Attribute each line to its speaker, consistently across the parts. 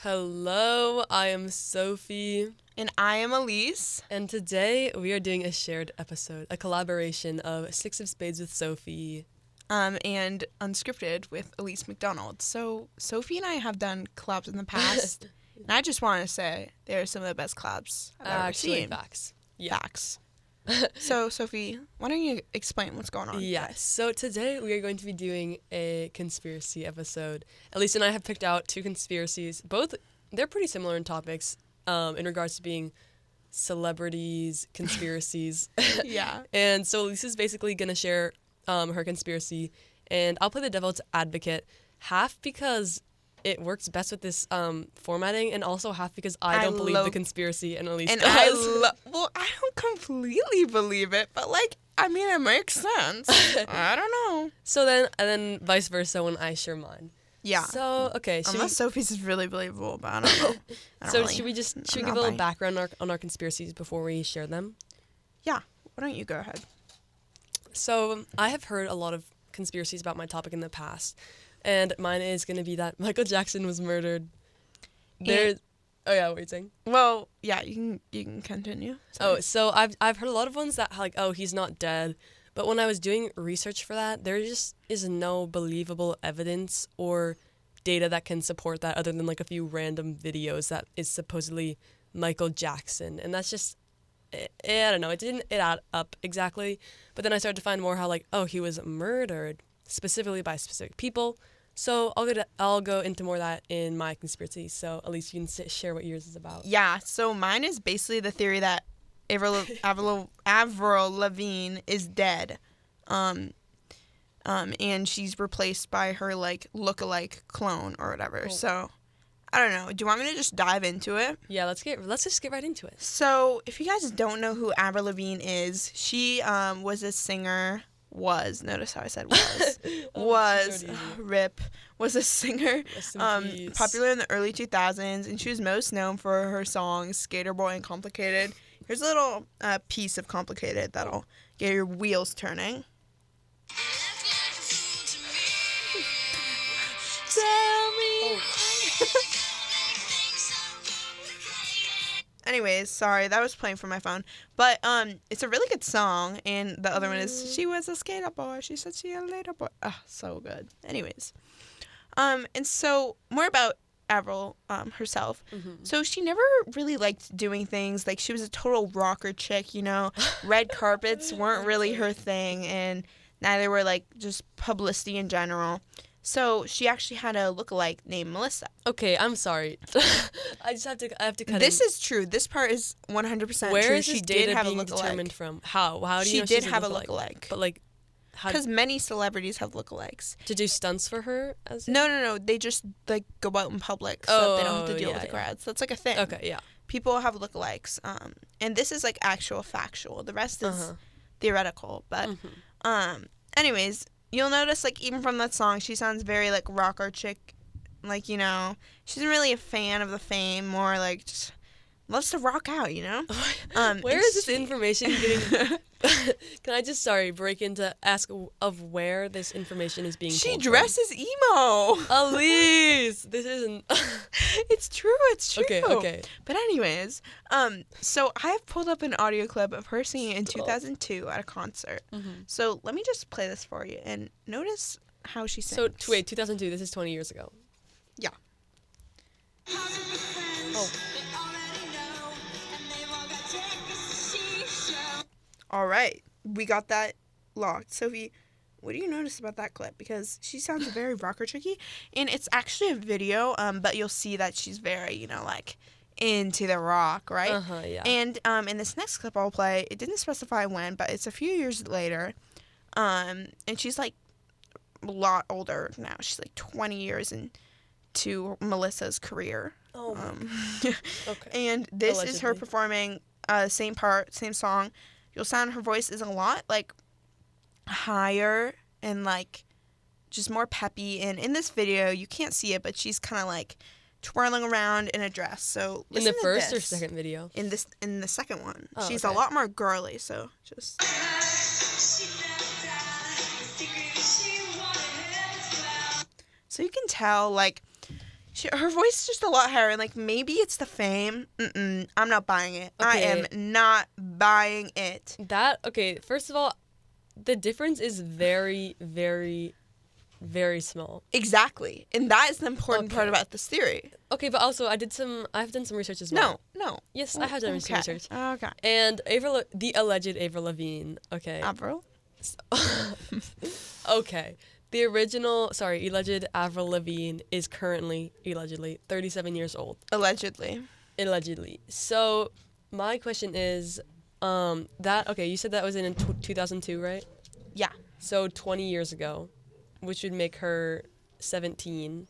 Speaker 1: Hello, I am Sophie,
Speaker 2: And I am Elise.
Speaker 1: and today we are doing a shared episode, a collaboration of Six of Spades with Sophie.
Speaker 2: Um, and unscripted with Elise McDonald. So Sophie and I have done collabs in the past, and I just want to say they are some of the best collabs I've ever
Speaker 1: Actually,
Speaker 2: seen.
Speaker 1: facts. Yeah.
Speaker 2: Facts. so Sophie, why don't you explain what's going on?
Speaker 1: Yes. So today we are going to be doing a conspiracy episode. Elise and I have picked out two conspiracies. Both they're pretty similar in topics, um, in regards to being celebrities, conspiracies.
Speaker 2: yeah.
Speaker 1: And so Elise is basically going to share um, her conspiracy, and I'll play the devil's advocate, half because it works best with this um, formatting, and also half because I
Speaker 2: I
Speaker 1: don't believe the
Speaker 2: love-
Speaker 1: conspiracy, and Elise
Speaker 2: And
Speaker 1: does.
Speaker 2: I love. Well, I don't completely believe it, but like, I mean, it makes sense. I don't know.
Speaker 1: so then, and then vice versa when I share mine.
Speaker 2: Yeah.
Speaker 1: So okay, should we,
Speaker 2: Unless Sophie's is really believable, but I don't know. I don't
Speaker 1: so
Speaker 2: really-
Speaker 1: should we just
Speaker 2: I'm
Speaker 1: should we
Speaker 2: not
Speaker 1: give a little
Speaker 2: buying.
Speaker 1: background on our, on our conspiracies before we share them?
Speaker 2: Yeah. Why don't you go ahead?
Speaker 1: So I have heard a lot of conspiracies about my topic in the past, and mine is going to be that Michael Jackson was murdered. There. Oh yeah, what were you saying?
Speaker 2: Well, yeah, you can you can continue.
Speaker 1: Oh, so I've I've heard a lot of ones that like, oh, he's not dead. But when I was doing research for that, there just is no believable evidence or data that can support that other than like a few random videos that is supposedly Michael Jackson. And that's just I, I don't know, it didn't it add up exactly. But then I started to find more how like, oh, he was murdered specifically by specific people. So I'll go to, I'll go into more of that in my conspiracy. So at least you can s- share what yours is about.
Speaker 2: yeah. So mine is basically the theory that Avril Avril, Avril Lavigne is dead, um, um, and she's replaced by her like look-alike clone or whatever.
Speaker 1: Cool.
Speaker 2: So, I don't know. Do you want me to just dive into it?
Speaker 1: Yeah, let's get let's just get right into it.
Speaker 2: So, if you guys don't know who Avril Lavigne is, she um, was a singer. Was notice how I said was
Speaker 1: Oh,
Speaker 2: was rip was a singer
Speaker 1: Rest in
Speaker 2: um,
Speaker 1: peace.
Speaker 2: popular in the early 2000s, and she was most known for her songs Skater Boy and Complicated. Here's a little uh, piece of Complicated that'll get your wheels turning. Anyways, sorry, that was playing from my phone. But um, it's a really good song, and the other one is She Was a Skater Boy. She said she a later boy. Ah, so good. Anyways. Um, and so more about Avril um, herself. So she never really liked doing things like she was a total rocker chick, you know. Red carpets weren't really her thing, and neither were like just publicity in general. So she actually had a lookalike named Melissa.
Speaker 1: Okay, I'm sorry. I just have to I have to cut
Speaker 2: This
Speaker 1: in.
Speaker 2: is true. This part is 100%
Speaker 1: Where
Speaker 2: true.
Speaker 1: is
Speaker 2: she
Speaker 1: this
Speaker 2: did
Speaker 1: data
Speaker 2: have a
Speaker 1: being
Speaker 2: lookalike.
Speaker 1: determined from? How? How do you
Speaker 2: She
Speaker 1: know
Speaker 2: did
Speaker 1: she's
Speaker 2: have
Speaker 1: a
Speaker 2: a
Speaker 1: lookalike?
Speaker 2: lookalike.
Speaker 1: But like how
Speaker 2: Because many celebrities have lookalikes.
Speaker 1: to do stunts for her as
Speaker 2: No, no, no. They just like go out in public so that they don't have
Speaker 1: Oh,
Speaker 2: to deal
Speaker 1: yeah,
Speaker 2: with the
Speaker 1: yeah.
Speaker 2: crowds. That's like a thing.
Speaker 1: Okay, yeah.
Speaker 2: People have lookalikes, um, and this is like actual factual. The rest is
Speaker 1: Uh-huh. Hmm.
Speaker 2: theoretical. But, um, anyways, you'll notice like even from that song, she sounds very like rocker chick. Like you know, she's not really a fan of the fame. More like just loves to rock out. You know. Um,
Speaker 1: Mm-hmm. where
Speaker 2: and
Speaker 1: is this
Speaker 2: she-
Speaker 1: information getting Can I just sorry break into ask of where this information is being
Speaker 2: She
Speaker 1: pulled
Speaker 2: dresses emo.
Speaker 1: from? Elise, this isn't
Speaker 2: it's true. It's true.
Speaker 1: Okay, okay.
Speaker 2: But anyways, um, so I have pulled up an audio clip of her singing in 2002 at a concert.
Speaker 1: Mm-hmm.
Speaker 2: So let me just play this for you and notice how she
Speaker 1: So
Speaker 2: sings.
Speaker 1: t- wait, 2002, this is 20 years ago.
Speaker 2: Yeah. All right, we got that locked. Sophie, what do you notice about that clip? Because she sounds very rocker tricky, and it's actually a video. Um, but you'll see that she's very, you know, like into the rock, right?
Speaker 1: Uh-huh, yeah.
Speaker 2: And um, in this next clip I'll play, it didn't specify when, but it's a few years later. Um, and she's like a lot older now. She's like 20 years into Melissa's career.
Speaker 1: Oh my
Speaker 2: Um,
Speaker 1: Okay.
Speaker 2: and this is her
Speaker 1: Allegedly.
Speaker 2: performing uh, same part, same song. You'll sound her voice is a lot like higher and like just more peppy. And in this video, you can't see it, but she's kind of like twirling around in a dress. So
Speaker 1: in the
Speaker 2: listen to
Speaker 1: first or
Speaker 2: this.
Speaker 1: second video?
Speaker 2: In this, in the second one,
Speaker 1: Oh,
Speaker 2: she's a
Speaker 1: okay.
Speaker 2: lot more girly. So just so you can tell, like She, her voice is just a lot higher. and, Like maybe it's the fame. Mm-mm, I'm not buying it. I
Speaker 1: Okay.
Speaker 2: am not buying it.
Speaker 1: That okay, first of all, the difference is very, very, very small.
Speaker 2: Exactly, and that is the important part
Speaker 1: Okay.
Speaker 2: about this theory.
Speaker 1: Okay, but also I did some I've done some research as well.
Speaker 2: No, no.
Speaker 1: Yes, I have done some
Speaker 2: okay.
Speaker 1: research.
Speaker 2: Okay.
Speaker 1: And Avril Le- the alleged Avril Lavigne. Okay.
Speaker 2: Avril.
Speaker 1: okay. The original sorry, alleged Avril Lavigne is currently allegedly thirty seven years old.
Speaker 2: Allegedly.
Speaker 1: allegedly. So my question is, um, that okay? You said that was in tw 2002, right?
Speaker 2: Yeah.
Speaker 1: So 20 years ago, which would make her 17.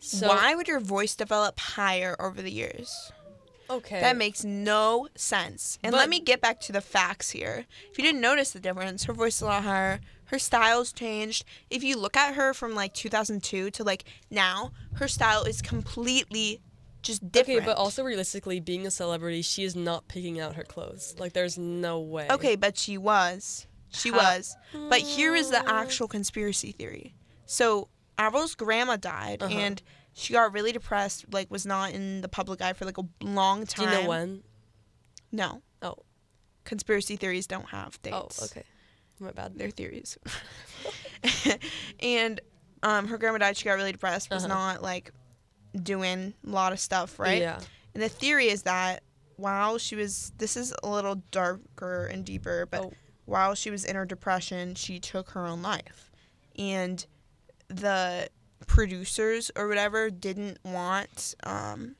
Speaker 1: So
Speaker 2: Why would your voice develop higher over the years?
Speaker 1: Okay.
Speaker 2: That makes no sense. And let
Speaker 1: But-
Speaker 2: me get back to the facts here. If you didn't notice the difference, her voice is a lot higher. Her style's changed. If you look at her from like 2002 to like now, her style is completely just
Speaker 1: okay,
Speaker 2: different.
Speaker 1: but also realistically, being a celebrity, she is not picking out her clothes. Like, there's no way.
Speaker 2: Okay, but she was. She
Speaker 1: How-
Speaker 2: was. But here is the actual conspiracy theory. So Avril's grandma died
Speaker 1: Uh-huh.
Speaker 2: and she got really depressed, like was not in the public eye for like a long
Speaker 1: Do
Speaker 2: time.
Speaker 1: you know when?
Speaker 2: No.
Speaker 1: Oh.
Speaker 2: Conspiracy theories don't have dates.
Speaker 1: Oh, okay. My bad.
Speaker 2: Their theories. and um, her grandma died. She got really depressed. Was
Speaker 1: Uh-huh.
Speaker 2: not like doing a lot of stuff, right?
Speaker 1: Yeah.
Speaker 2: And the theory is that while she was, this is a little darker and deeper, but
Speaker 1: Oh.
Speaker 2: while she was in her depression, she took her own life, and the producers or whatever didn't want. Um,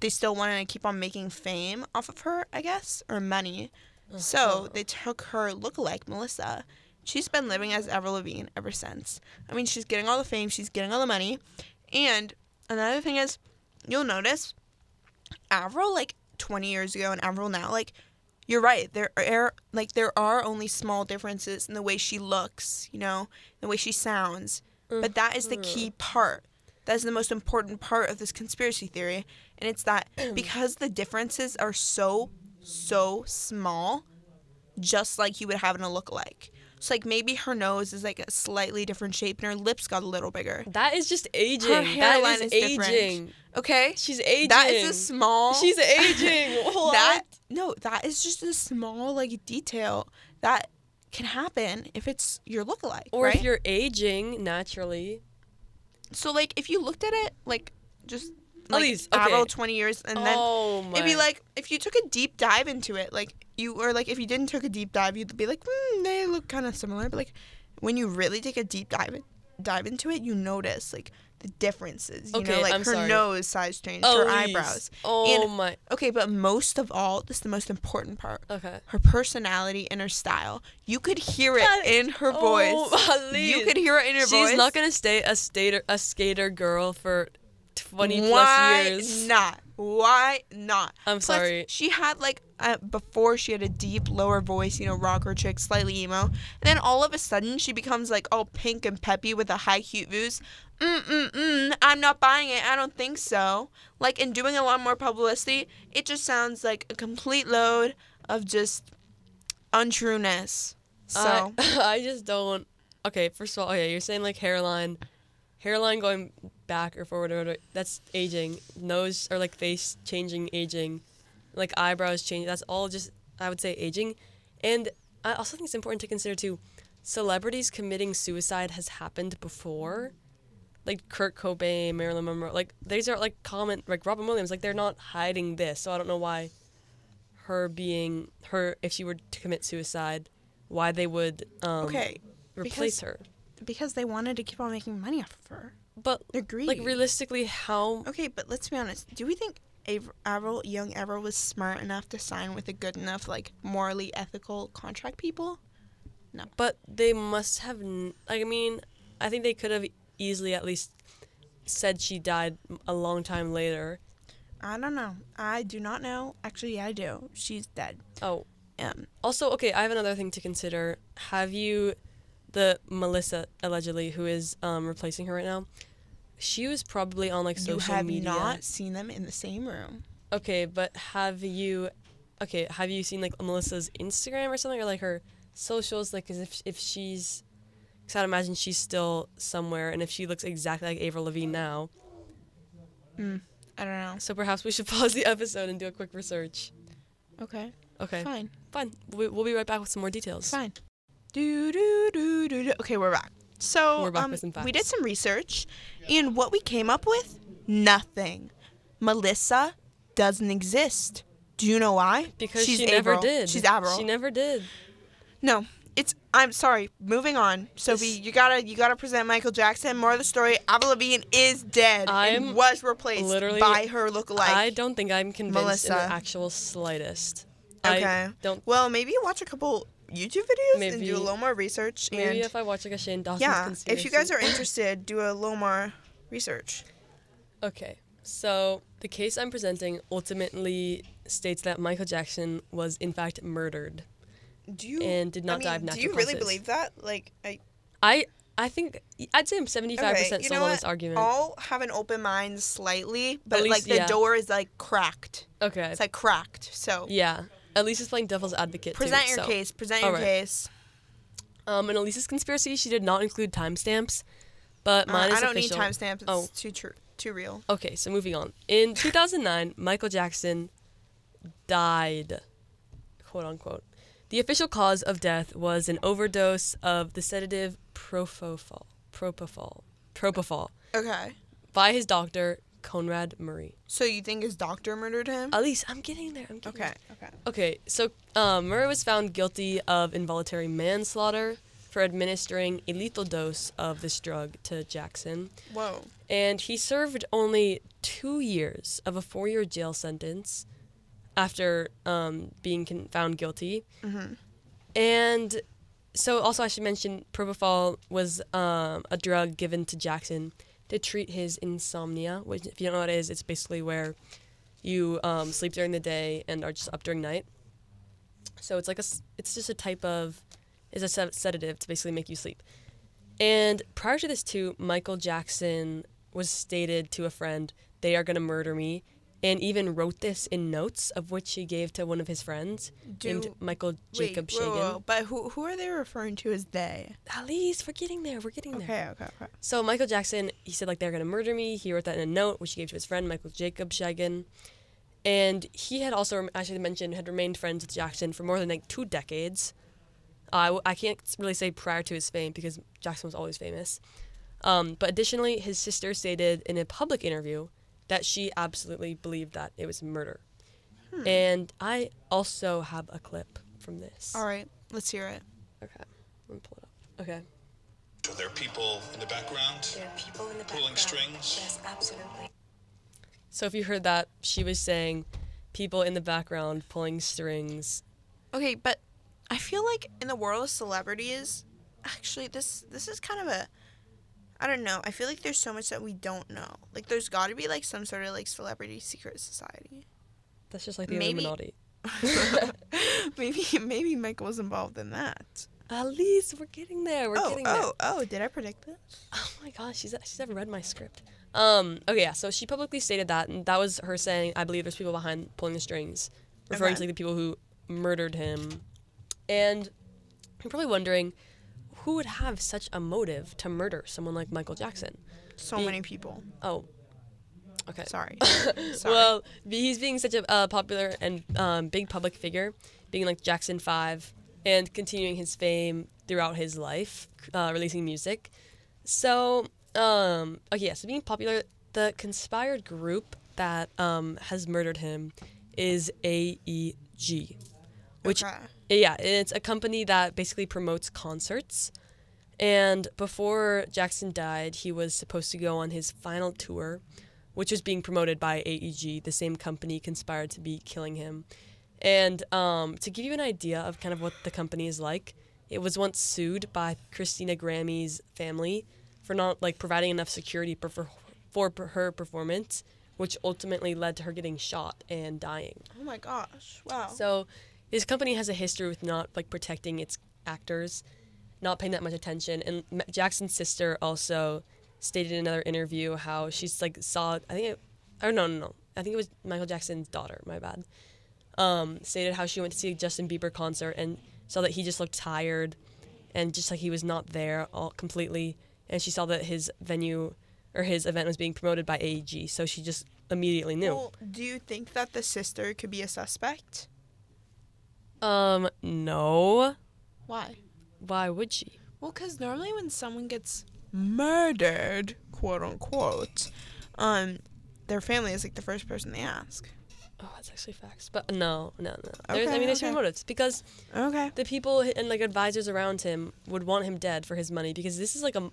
Speaker 2: they still wanted to keep on making fame off of her, I guess, or money. So
Speaker 1: Uh-huh.
Speaker 2: they took her lookalike, Melissa. She's been living as Avril Lavigne ever since. I mean, she's getting all the fame, she's getting all the money. And another thing is, you'll notice Avril like 20 years ago and Avril now, like you're right. There are like there are only small differences in the way she looks, you know, the way she sounds. But that is the key part. That is the most important part of this conspiracy theory, and it's that because the differences are so so small, just like you would have in a lookalike. So like maybe her nose is like a slightly different shape and her lips got a little bigger.
Speaker 1: That is just aging.
Speaker 2: hairline
Speaker 1: That
Speaker 2: is
Speaker 1: is,
Speaker 2: different.
Speaker 1: aging.
Speaker 2: Okay?
Speaker 1: She's aging.
Speaker 2: That is a small
Speaker 1: She's aging. What?
Speaker 2: that no that is just a small like detail that can happen if it's your lookalike
Speaker 1: Or
Speaker 2: right
Speaker 1: if you're aging naturally.
Speaker 2: so like if you looked at it like just like
Speaker 1: Elise,
Speaker 2: Avril
Speaker 1: okay.
Speaker 2: 20 years and
Speaker 1: oh
Speaker 2: then it'd be like if you took a deep dive into it like you or like if you didn't take a deep dive you'd be like mm, they look kind of similar but like when you really take a deep dive dive into it you notice like the differences you know
Speaker 1: Okay,
Speaker 2: like
Speaker 1: I'm
Speaker 2: her
Speaker 1: sorry.
Speaker 2: nose size changed her
Speaker 1: Elise.
Speaker 2: eyebrows
Speaker 1: Oh
Speaker 2: and-
Speaker 1: my.
Speaker 2: okay but most of all this is the most important part
Speaker 1: Okay.
Speaker 2: her personality and her style. You could hear it
Speaker 1: That-
Speaker 2: in her voice.
Speaker 1: Oh,
Speaker 2: you
Speaker 1: Elise.
Speaker 2: could hear it in her
Speaker 1: She's
Speaker 2: voice.
Speaker 1: not gonna stay a skater, a skater girl for twenty
Speaker 2: Why
Speaker 1: plus years.
Speaker 2: not? Why not?
Speaker 1: I'm
Speaker 2: Plus,
Speaker 1: sorry.
Speaker 2: She had like uh, before she had a deep lower voice, you know, rocker chick, slightly emo, and then all of a sudden she becomes like all pink and peppy with a high cute voice. Mm mm mm. I'm not buying it. I don't think so. Like in doing a lot more publicity, it just sounds like a complete load of just untrueness. So.
Speaker 1: I, I just don't. Okay, first of all, okay, you're saying like hairline, hairline going back or forward or whatever, that's aging. Nose or like face changing, aging, like eyebrows changing. That's all just I would say aging, and I also think it's important to consider too. Celebrities committing suicide has happened before, like Kurt Cobain, Marilyn Monroe. Like these are like common, like Robin Williams. Like they're not hiding this, so I don't know why her being her if she were to commit suicide why they would um,
Speaker 2: Okay,
Speaker 1: replace
Speaker 2: because-
Speaker 1: her.
Speaker 2: because they wanted to keep on making money off of her.
Speaker 1: But
Speaker 2: They're greedy.
Speaker 1: like realistically, how?
Speaker 2: okay, but let's be honest. Do we think Av- Avril, young Avril, was smart enough to sign with a good enough, like morally ethical contract people?
Speaker 1: But they must have. n- Like I mean, I think they could have easily at least said she died a long time later.
Speaker 2: I don't know. I do not know. Actually, I do. She's dead.
Speaker 1: Oh,
Speaker 2: Um,
Speaker 1: also okay. I have another thing to consider. Have you, the Melissa allegedly who is um, replacing her right now? She was probably on like social
Speaker 2: you have
Speaker 1: media.
Speaker 2: not seen them in the same room.
Speaker 1: Okay, but have you, okay, have you seen like Melissa's Instagram or something, or like her socials, like as if if she's, because I'd imagine she's still somewhere, and if she looks exactly like Avril Lavigne now,
Speaker 2: I don't know.
Speaker 1: So perhaps we should pause the episode and do a quick research.
Speaker 2: Okay.
Speaker 1: Okay. Fine.
Speaker 2: Fine.
Speaker 1: We- We'll be right back with some more details.
Speaker 2: Fine. Do do do do do. Okay, we're back. So
Speaker 1: We're back
Speaker 2: um,
Speaker 1: with some
Speaker 2: we
Speaker 1: facts.
Speaker 2: did some research, and what we came up with, nothing. Melissa doesn't exist. Do you know why?
Speaker 1: Because
Speaker 2: She's
Speaker 1: she never
Speaker 2: Averil.
Speaker 1: did.
Speaker 2: She's Averil.
Speaker 1: She never did.
Speaker 2: no, it's. I'm sorry. Moving on, Sophie.
Speaker 1: This-
Speaker 2: You gotta you gotta present Michael Jackson. More of the story. Avril Lavigne is dead
Speaker 1: I'm
Speaker 2: and was replaced
Speaker 1: literally-
Speaker 2: by her lookalike.
Speaker 1: I don't think I'm convinced in
Speaker 2: Melissa.
Speaker 1: the actual slightest.
Speaker 2: okay.
Speaker 1: I don't.
Speaker 2: Well, maybe watch a couple YouTube videos and
Speaker 1: Maybe-
Speaker 2: do a little more research.
Speaker 1: Maybe
Speaker 2: and
Speaker 1: if I watch like a Shane Dawson
Speaker 2: yeah
Speaker 1: conspiracy.
Speaker 2: if you guys are interested do a little more research
Speaker 1: Okay, so the case I'm presenting ultimately states that Michael Jackson was in fact murdered.
Speaker 2: do you
Speaker 1: And did not
Speaker 2: I mean,
Speaker 1: die of
Speaker 2: do you
Speaker 1: natural
Speaker 2: really
Speaker 1: causes.
Speaker 2: believe that like i
Speaker 1: I I think I'd say I'm 75%
Speaker 2: okay, you
Speaker 1: sold
Speaker 2: know
Speaker 1: on
Speaker 2: what?
Speaker 1: this argument.
Speaker 2: all have an open mind slightly but
Speaker 1: least,
Speaker 2: like the
Speaker 1: yeah.
Speaker 2: door is like cracked
Speaker 1: okay.
Speaker 2: it's like cracked so
Speaker 1: yeah. Elisa's playing devil's advocate. too,
Speaker 2: present your
Speaker 1: so-
Speaker 2: case present your
Speaker 1: Alright.
Speaker 2: case
Speaker 1: Um, in Elisa's conspiracy, she did not include timestamps, but
Speaker 2: Uh,
Speaker 1: mine is
Speaker 2: i don't
Speaker 1: official.
Speaker 2: need timestamps it's
Speaker 1: Oh.
Speaker 2: too true too real
Speaker 1: Okay, so moving on. In 2009, Michael Jackson died, quote unquote. The official cause of death was an overdose of the sedative propofol, propofol, propofol
Speaker 2: okay
Speaker 1: by his doctor Conrad Murray.
Speaker 2: so you think his doctor murdered him
Speaker 1: Elise, I'm getting there. I'm getting
Speaker 2: okay okay
Speaker 1: Okay, so um, Murray was found guilty of involuntary manslaughter for administering a lethal dose of this drug to Jackson.
Speaker 2: whoa
Speaker 1: and he served only two years of a four-year jail sentence after um, being con- found guilty. And so, also, I should mention propofol was um, a drug given to Jackson to treat his insomnia. Which, if you don't know what it is, it's basically where you um, sleep during the day and are just up during night. So it's like a, s- it's just a type of, is a sed- sedative to basically make you sleep. And prior to this, too, Michael Jackson was stated to a friend, "They are gonna murder me," and even wrote this in notes, of which he gave to one of his friends named
Speaker 2: Do-
Speaker 1: Michael Jacob
Speaker 2: Wait, whoa,
Speaker 1: Shagan.
Speaker 2: whoa, whoa. but who who are they referring to as they
Speaker 1: Alice, we're getting there. We're getting there.
Speaker 2: okay okay okay
Speaker 1: So Michael Jackson, he said like they're gonna murder me. He wrote that in a note which he gave to his friend Michael Jacob Shagan, and he had also, as I mentioned, had remained friends with Jackson for more than like two decades. Uh, I I can't really say prior to his fame because Jackson was always famous. Um, but additionally, his sister stated in a public interview that she absolutely believed that it was murder.
Speaker 2: Hmm.
Speaker 1: And I also have a clip from this.
Speaker 2: all right let's hear it
Speaker 1: Okay, I'm gonna pull it up. Okay.
Speaker 3: Are there people in the background?
Speaker 4: There are people in the
Speaker 3: Pulling
Speaker 4: background.
Speaker 3: strings.
Speaker 4: Yes, absolutely.
Speaker 1: So if you heard that, she was saying people in the background pulling strings.
Speaker 2: Okay, but I feel like in the world of celebrities, actually, this this is kind of a, I don't know. I feel like there's so much that we don't know. Like there's got to be like some sort of like celebrity secret society.
Speaker 1: That's just like the
Speaker 2: Maybe-
Speaker 1: Illuminati.
Speaker 2: maybe maybe Michael was involved in that.
Speaker 1: Elise, we're getting there. We're
Speaker 2: Oh
Speaker 1: getting there.
Speaker 2: oh oh! Did I predict this?
Speaker 1: Oh my gosh, she's she's never read my script. Um. Okay. Yeah. So she publicly stated that, and that was her saying, "I believe there's people behind pulling the strings," referring
Speaker 2: Okay.
Speaker 1: to like, the people who murdered him. And you're probably wondering, who would have such a motive to murder someone like Michael Jackson?
Speaker 2: So many people.
Speaker 1: Oh. Okay.
Speaker 2: Sorry. Sorry.
Speaker 1: Well, be- he's being such a uh, popular and um, big public figure, being like Jackson 5 and continuing his fame throughout his life, uh, releasing music. So, um, okay, yeah, so being popular, the conspired group that um, has murdered him is E AEG, which
Speaker 2: Okay.
Speaker 1: yeah, it's a company that basically promotes concerts. And before Jackson died, he was supposed to go on his final tour, which was being promoted by AEG, the same company conspired to be killing him. And um, to give you an idea of kind of what the company is like, it was once sued by Christina Grammy's family for not like providing enough security for, for, for her performance, which ultimately led to her getting shot and dying.
Speaker 2: oh my gosh! Wow.
Speaker 1: So this company has a history with not like protecting its actors, not paying that much attention. And Ma- Jackson's sister also stated in another interview how she's like saw I think it, or no no no I think it was Michael Jackson's daughter. My bad. Um, stated how she went to see a Justin Bieber concert and saw that he just looked tired, and just like he was not there all completely. And she saw that his venue or his event was being promoted by AEG, so she just immediately knew.
Speaker 2: Well, do you think that the sister could be a suspect?
Speaker 1: Um, no.
Speaker 2: Why?
Speaker 1: Why would she?
Speaker 2: Well, because normally when someone gets murdered, quote unquote, um, their family is like the first person they ask.
Speaker 1: Oh, that's actually facts. But no, no, no. There's, I
Speaker 2: Okay,
Speaker 1: mean, there's
Speaker 2: okay.
Speaker 1: human motives because
Speaker 2: Okay.
Speaker 1: the people hi- and like advisors around him would want him dead for his money because this is like a m-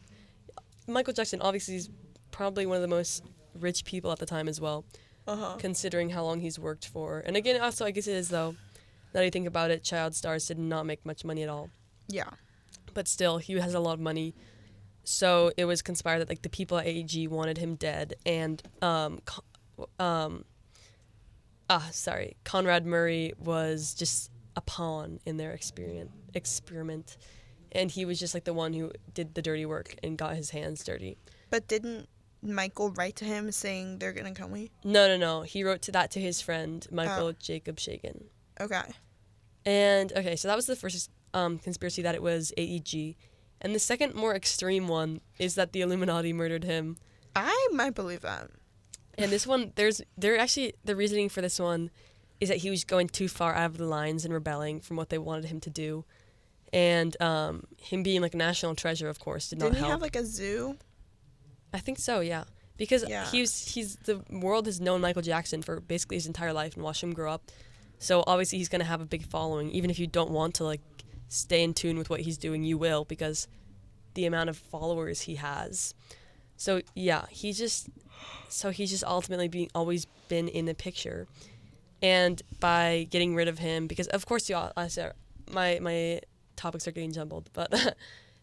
Speaker 1: Michael Jackson. Obviously, is probably one of the most rich people at the time as well,
Speaker 2: Uh huh.
Speaker 1: considering how long he's worked for. And again, also I guess it is though. Now that you think about it, child stars did not make much money at all.
Speaker 2: Yeah.
Speaker 1: But still, he has a lot of money. So it was conspired that like the people at AEG wanted him dead, and um, Con- um, ah, sorry, Conrad Murray was just a pawn in their experiment. Experiment, and he was just like the one who did the dirty work and got his hands dirty.
Speaker 2: But didn't Michael write to him saying they're gonna kill me?
Speaker 1: No, no, no. He wrote to that to his friend Michael Jacob Shagan.
Speaker 2: Okay.
Speaker 1: And okay, so that was the first um, conspiracy that it was AEG, and the second more extreme one is that the Illuminati murdered him.
Speaker 2: I might believe that.
Speaker 1: And this one, there's there actually the reasoning for this one is that he was going too far out of the lines and rebelling from what they wanted him to do, and um, him being like a national treasure, of course, did not
Speaker 2: Didn't he
Speaker 1: help.
Speaker 2: have like a zoo?
Speaker 1: I think so, yeah, because
Speaker 2: Yeah.
Speaker 1: he's he's the world has known Michael Jackson for basically his entire life and watched him grow up, so obviously he's gonna have a big following. Even if you don't want to like stay in tune with what he's doing, you will because the amount of followers he has. So yeah, he just so he's just ultimately being always been in the picture, and by getting rid of him because of course you all I said- my my topics are getting jumbled, but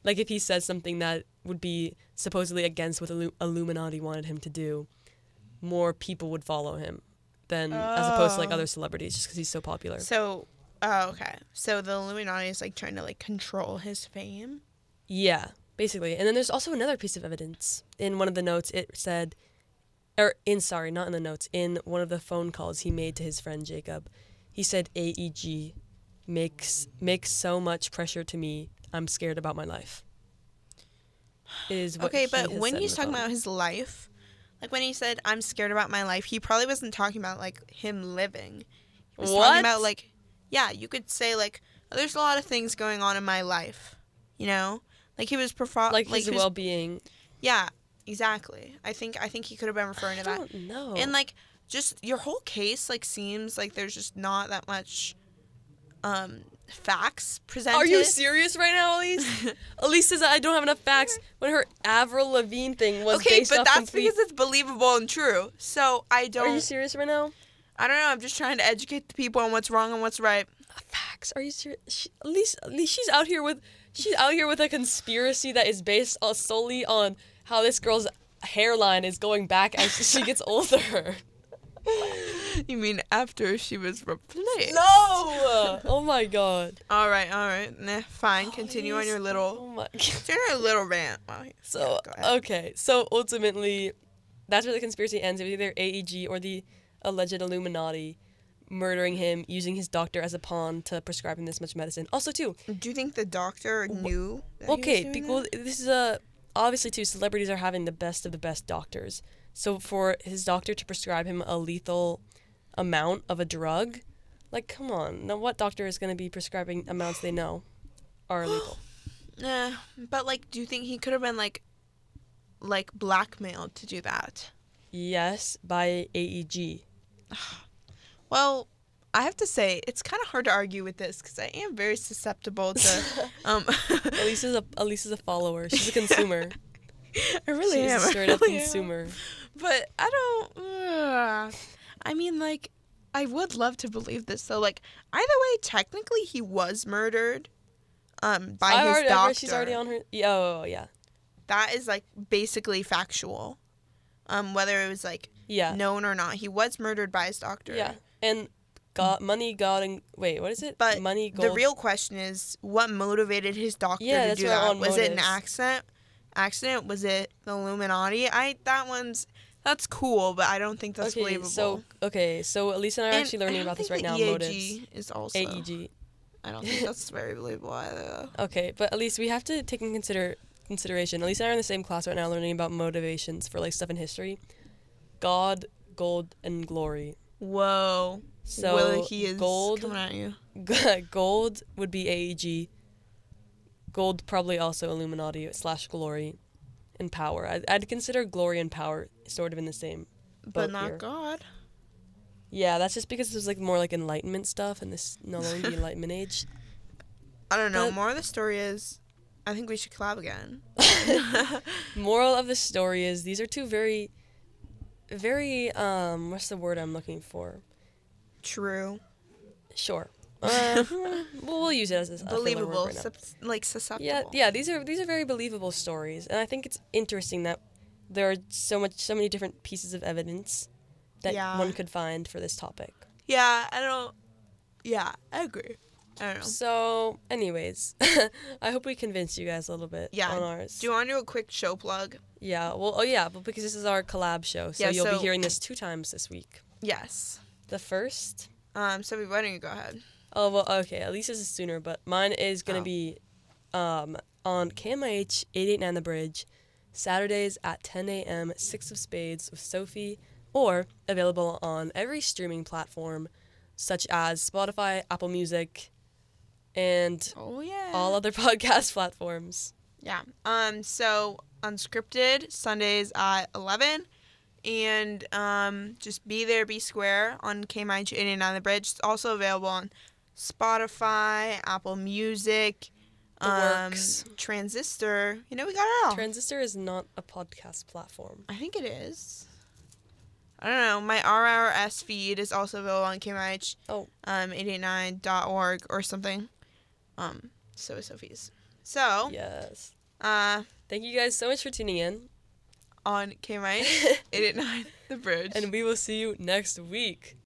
Speaker 1: like if he says something that would be supposedly against what Illu- Illuminati wanted him to do, more people would follow him than as opposed to like
Speaker 2: Oh.
Speaker 1: other celebrities just because he's so popular.
Speaker 2: So, oh, okay. So the Illuminati is like trying to like control his fame.
Speaker 1: Yeah, basically. And then there's also another piece of evidence. In one of the notes, it said, or in, sorry, not in the notes, in one of the phone calls he made to his friend Jacob, he said, AEG makes, makes so much pressure to me, I'm scared about my life. Is what
Speaker 2: okay,
Speaker 1: he
Speaker 2: but
Speaker 1: has
Speaker 2: when
Speaker 1: said in
Speaker 2: he's
Speaker 1: the
Speaker 2: talking
Speaker 1: phone.
Speaker 2: about his life, like when he said, "I'm scared about my life," he probably wasn't talking about like him living. He was
Speaker 1: What?
Speaker 2: talking about like, yeah, you could say like, "Oh, "There's a lot of things going on in my life," you know. Like he was profo-
Speaker 1: like,
Speaker 2: like
Speaker 1: his
Speaker 2: he was-
Speaker 1: well being.
Speaker 2: Yeah, exactly. I think I think he could have been referring
Speaker 1: I
Speaker 2: to that.
Speaker 1: don't know.
Speaker 2: And like just your whole case like seems like there's just not that much um facts presented.
Speaker 1: Are you serious right now, Elise? Elise says I don't have enough facts when her Avril Lavigne thing was
Speaker 2: Okay,
Speaker 1: based
Speaker 2: but
Speaker 1: off
Speaker 2: that's
Speaker 1: complete-
Speaker 2: because it's believable and true. So I
Speaker 1: Are you
Speaker 2: don't
Speaker 1: serious right now?
Speaker 2: I don't know, I'm just trying to educate the people on what's wrong and what's right.
Speaker 1: Facts? Are you serious? She, at least, at least she's out here with she's out here with a conspiracy that is based on, solely on how this girl's hairline is going back as she gets older.
Speaker 2: You mean after she was replaced?
Speaker 1: No! oh my god.
Speaker 2: All right, all right. Nah, fine. Continue on
Speaker 1: Please.
Speaker 2: your
Speaker 1: Oh
Speaker 2: little
Speaker 1: my god.
Speaker 2: Turn your little rant. Wow.
Speaker 1: So
Speaker 2: go ahead.
Speaker 1: okay, so ultimately, that's where the conspiracy ends. It was either AEG or the alleged Illuminati murdering him, using his doctor as a pawn to prescribe him this much medicine. Also, too,
Speaker 2: Do you think the doctor knew? that he was
Speaker 1: okay,
Speaker 2: doing
Speaker 1: be-
Speaker 2: that?
Speaker 1: well, this is a obviously too. Celebrities are having the best of the best doctors. So for his doctor to prescribe him a lethal amount of a drug, like come on, now what doctor is going to be prescribing amounts they know are lethal?
Speaker 2: Nah, but like, do you think he could have been like, like blackmailed to do that?
Speaker 1: yes, by E AEG.
Speaker 2: Well, I have to say it's kind of hard to argue with this because I am very susceptible to. um,
Speaker 1: Elise is a Elise is a follower. She's a consumer.
Speaker 2: I really
Speaker 1: She's
Speaker 2: am.
Speaker 1: a
Speaker 2: I
Speaker 1: straight up
Speaker 2: really am.
Speaker 1: consumer.
Speaker 2: But I don't. ugh. I mean, like, I would love to believe this though. Like, either way, technically he was murdered. Um, by
Speaker 1: I
Speaker 2: his
Speaker 1: already, I
Speaker 2: doctor.
Speaker 1: read she's already on her. Yeah, oh yeah,
Speaker 2: That is like basically factual. Um, whether it was like
Speaker 1: yeah,
Speaker 2: known or not, he was murdered by his doctor.
Speaker 1: yeah. And God, money, God, and wait, what is it?
Speaker 2: Mm. But
Speaker 1: money, gold.
Speaker 2: The real question is what motivated his doctor
Speaker 1: Yeah,
Speaker 2: to
Speaker 1: that's
Speaker 2: do
Speaker 1: what I
Speaker 2: that?
Speaker 1: want
Speaker 2: Was it an
Speaker 1: motives.
Speaker 2: accident? Accident? Was it the Illuminati? I that one's that's cool, but I don't think that's
Speaker 1: okay,
Speaker 2: believable.
Speaker 1: so okay, so Elise and I are
Speaker 2: And
Speaker 1: actually
Speaker 2: I
Speaker 1: learning
Speaker 2: don't
Speaker 1: about this right
Speaker 2: think
Speaker 1: now.
Speaker 2: the E
Speaker 1: Motives. E
Speaker 2: AEG is also.
Speaker 1: AEG.
Speaker 2: I don't think that's very believable either.
Speaker 1: Okay, but Elise, we have to take and consider consideration. At least I'm in the same class right now, learning about motivations for like stuff in history. God, gold, and glory.
Speaker 2: Whoa.
Speaker 1: So
Speaker 2: Willie, he is
Speaker 1: gold,
Speaker 2: coming at you.
Speaker 1: gold would be AEG. Gold probably also Illuminati slash glory, and power. I, I'd consider glory and power sort of in the same.
Speaker 2: But
Speaker 1: boat
Speaker 2: not
Speaker 1: here.
Speaker 2: God.
Speaker 1: Yeah, that's just because it was like more like enlightenment stuff, and this no longer the enlightenment age.
Speaker 2: I don't know.
Speaker 1: But-
Speaker 2: More of the story is, I think we should collab again.
Speaker 1: Moral of the story is these are two very, very um, what's the word I'm looking for?
Speaker 2: True.
Speaker 1: Sure. Uh, well, we'll use it as a a filler word
Speaker 2: Believable.
Speaker 1: right now.
Speaker 2: subs- like susceptible.
Speaker 1: Yeah, yeah. These are these are very believable stories, and I think it's interesting that there are so much, so many different pieces of evidence that
Speaker 2: Yeah.
Speaker 1: one could find for this topic.
Speaker 2: Yeah, I don't. Yeah, I agree. I don't know.
Speaker 1: So, anyways, I hope we convinced you guys a little bit
Speaker 2: Yeah.
Speaker 1: on ours.
Speaker 2: Do you want to do a quick show plug?
Speaker 1: yeah. Well, oh yeah, but because this is our collab show, so
Speaker 2: Yeah,
Speaker 1: you'll be
Speaker 2: so-
Speaker 1: hearing this two times this week.
Speaker 2: Yes.
Speaker 1: The first.
Speaker 2: Um. So why don't you go ahead?
Speaker 1: Oh well, okay. At least this is sooner, but mine is gonna
Speaker 2: Oh.
Speaker 1: be um, on KMIH eight eight nine the bridge, Saturdays at ten a.m. Six of Spades with Sophie, or available on every streaming platform, such as Spotify, Apple Music, and
Speaker 2: Oh yeah.
Speaker 1: all other podcast platforms.
Speaker 2: Yeah. Um. So unscripted Sundays at eleven, and um, just be there, be square on KMIH in and on the bridge. It's also available on Spotify, Apple Music,
Speaker 1: The
Speaker 2: um,
Speaker 1: works.
Speaker 2: Transistor. You know we got it all.
Speaker 1: Transistor is not a podcast platform.
Speaker 2: I think it is. I don't know. My RRS feed is also available on KMIH.
Speaker 1: Oh.
Speaker 2: Um, 889.org or something. Um, so is Sophie's. So,
Speaker 1: Yes.
Speaker 2: uh,
Speaker 1: Thank you guys so much for tuning in,
Speaker 2: on KMIH, 889, the bridge.
Speaker 1: and we will see you next week.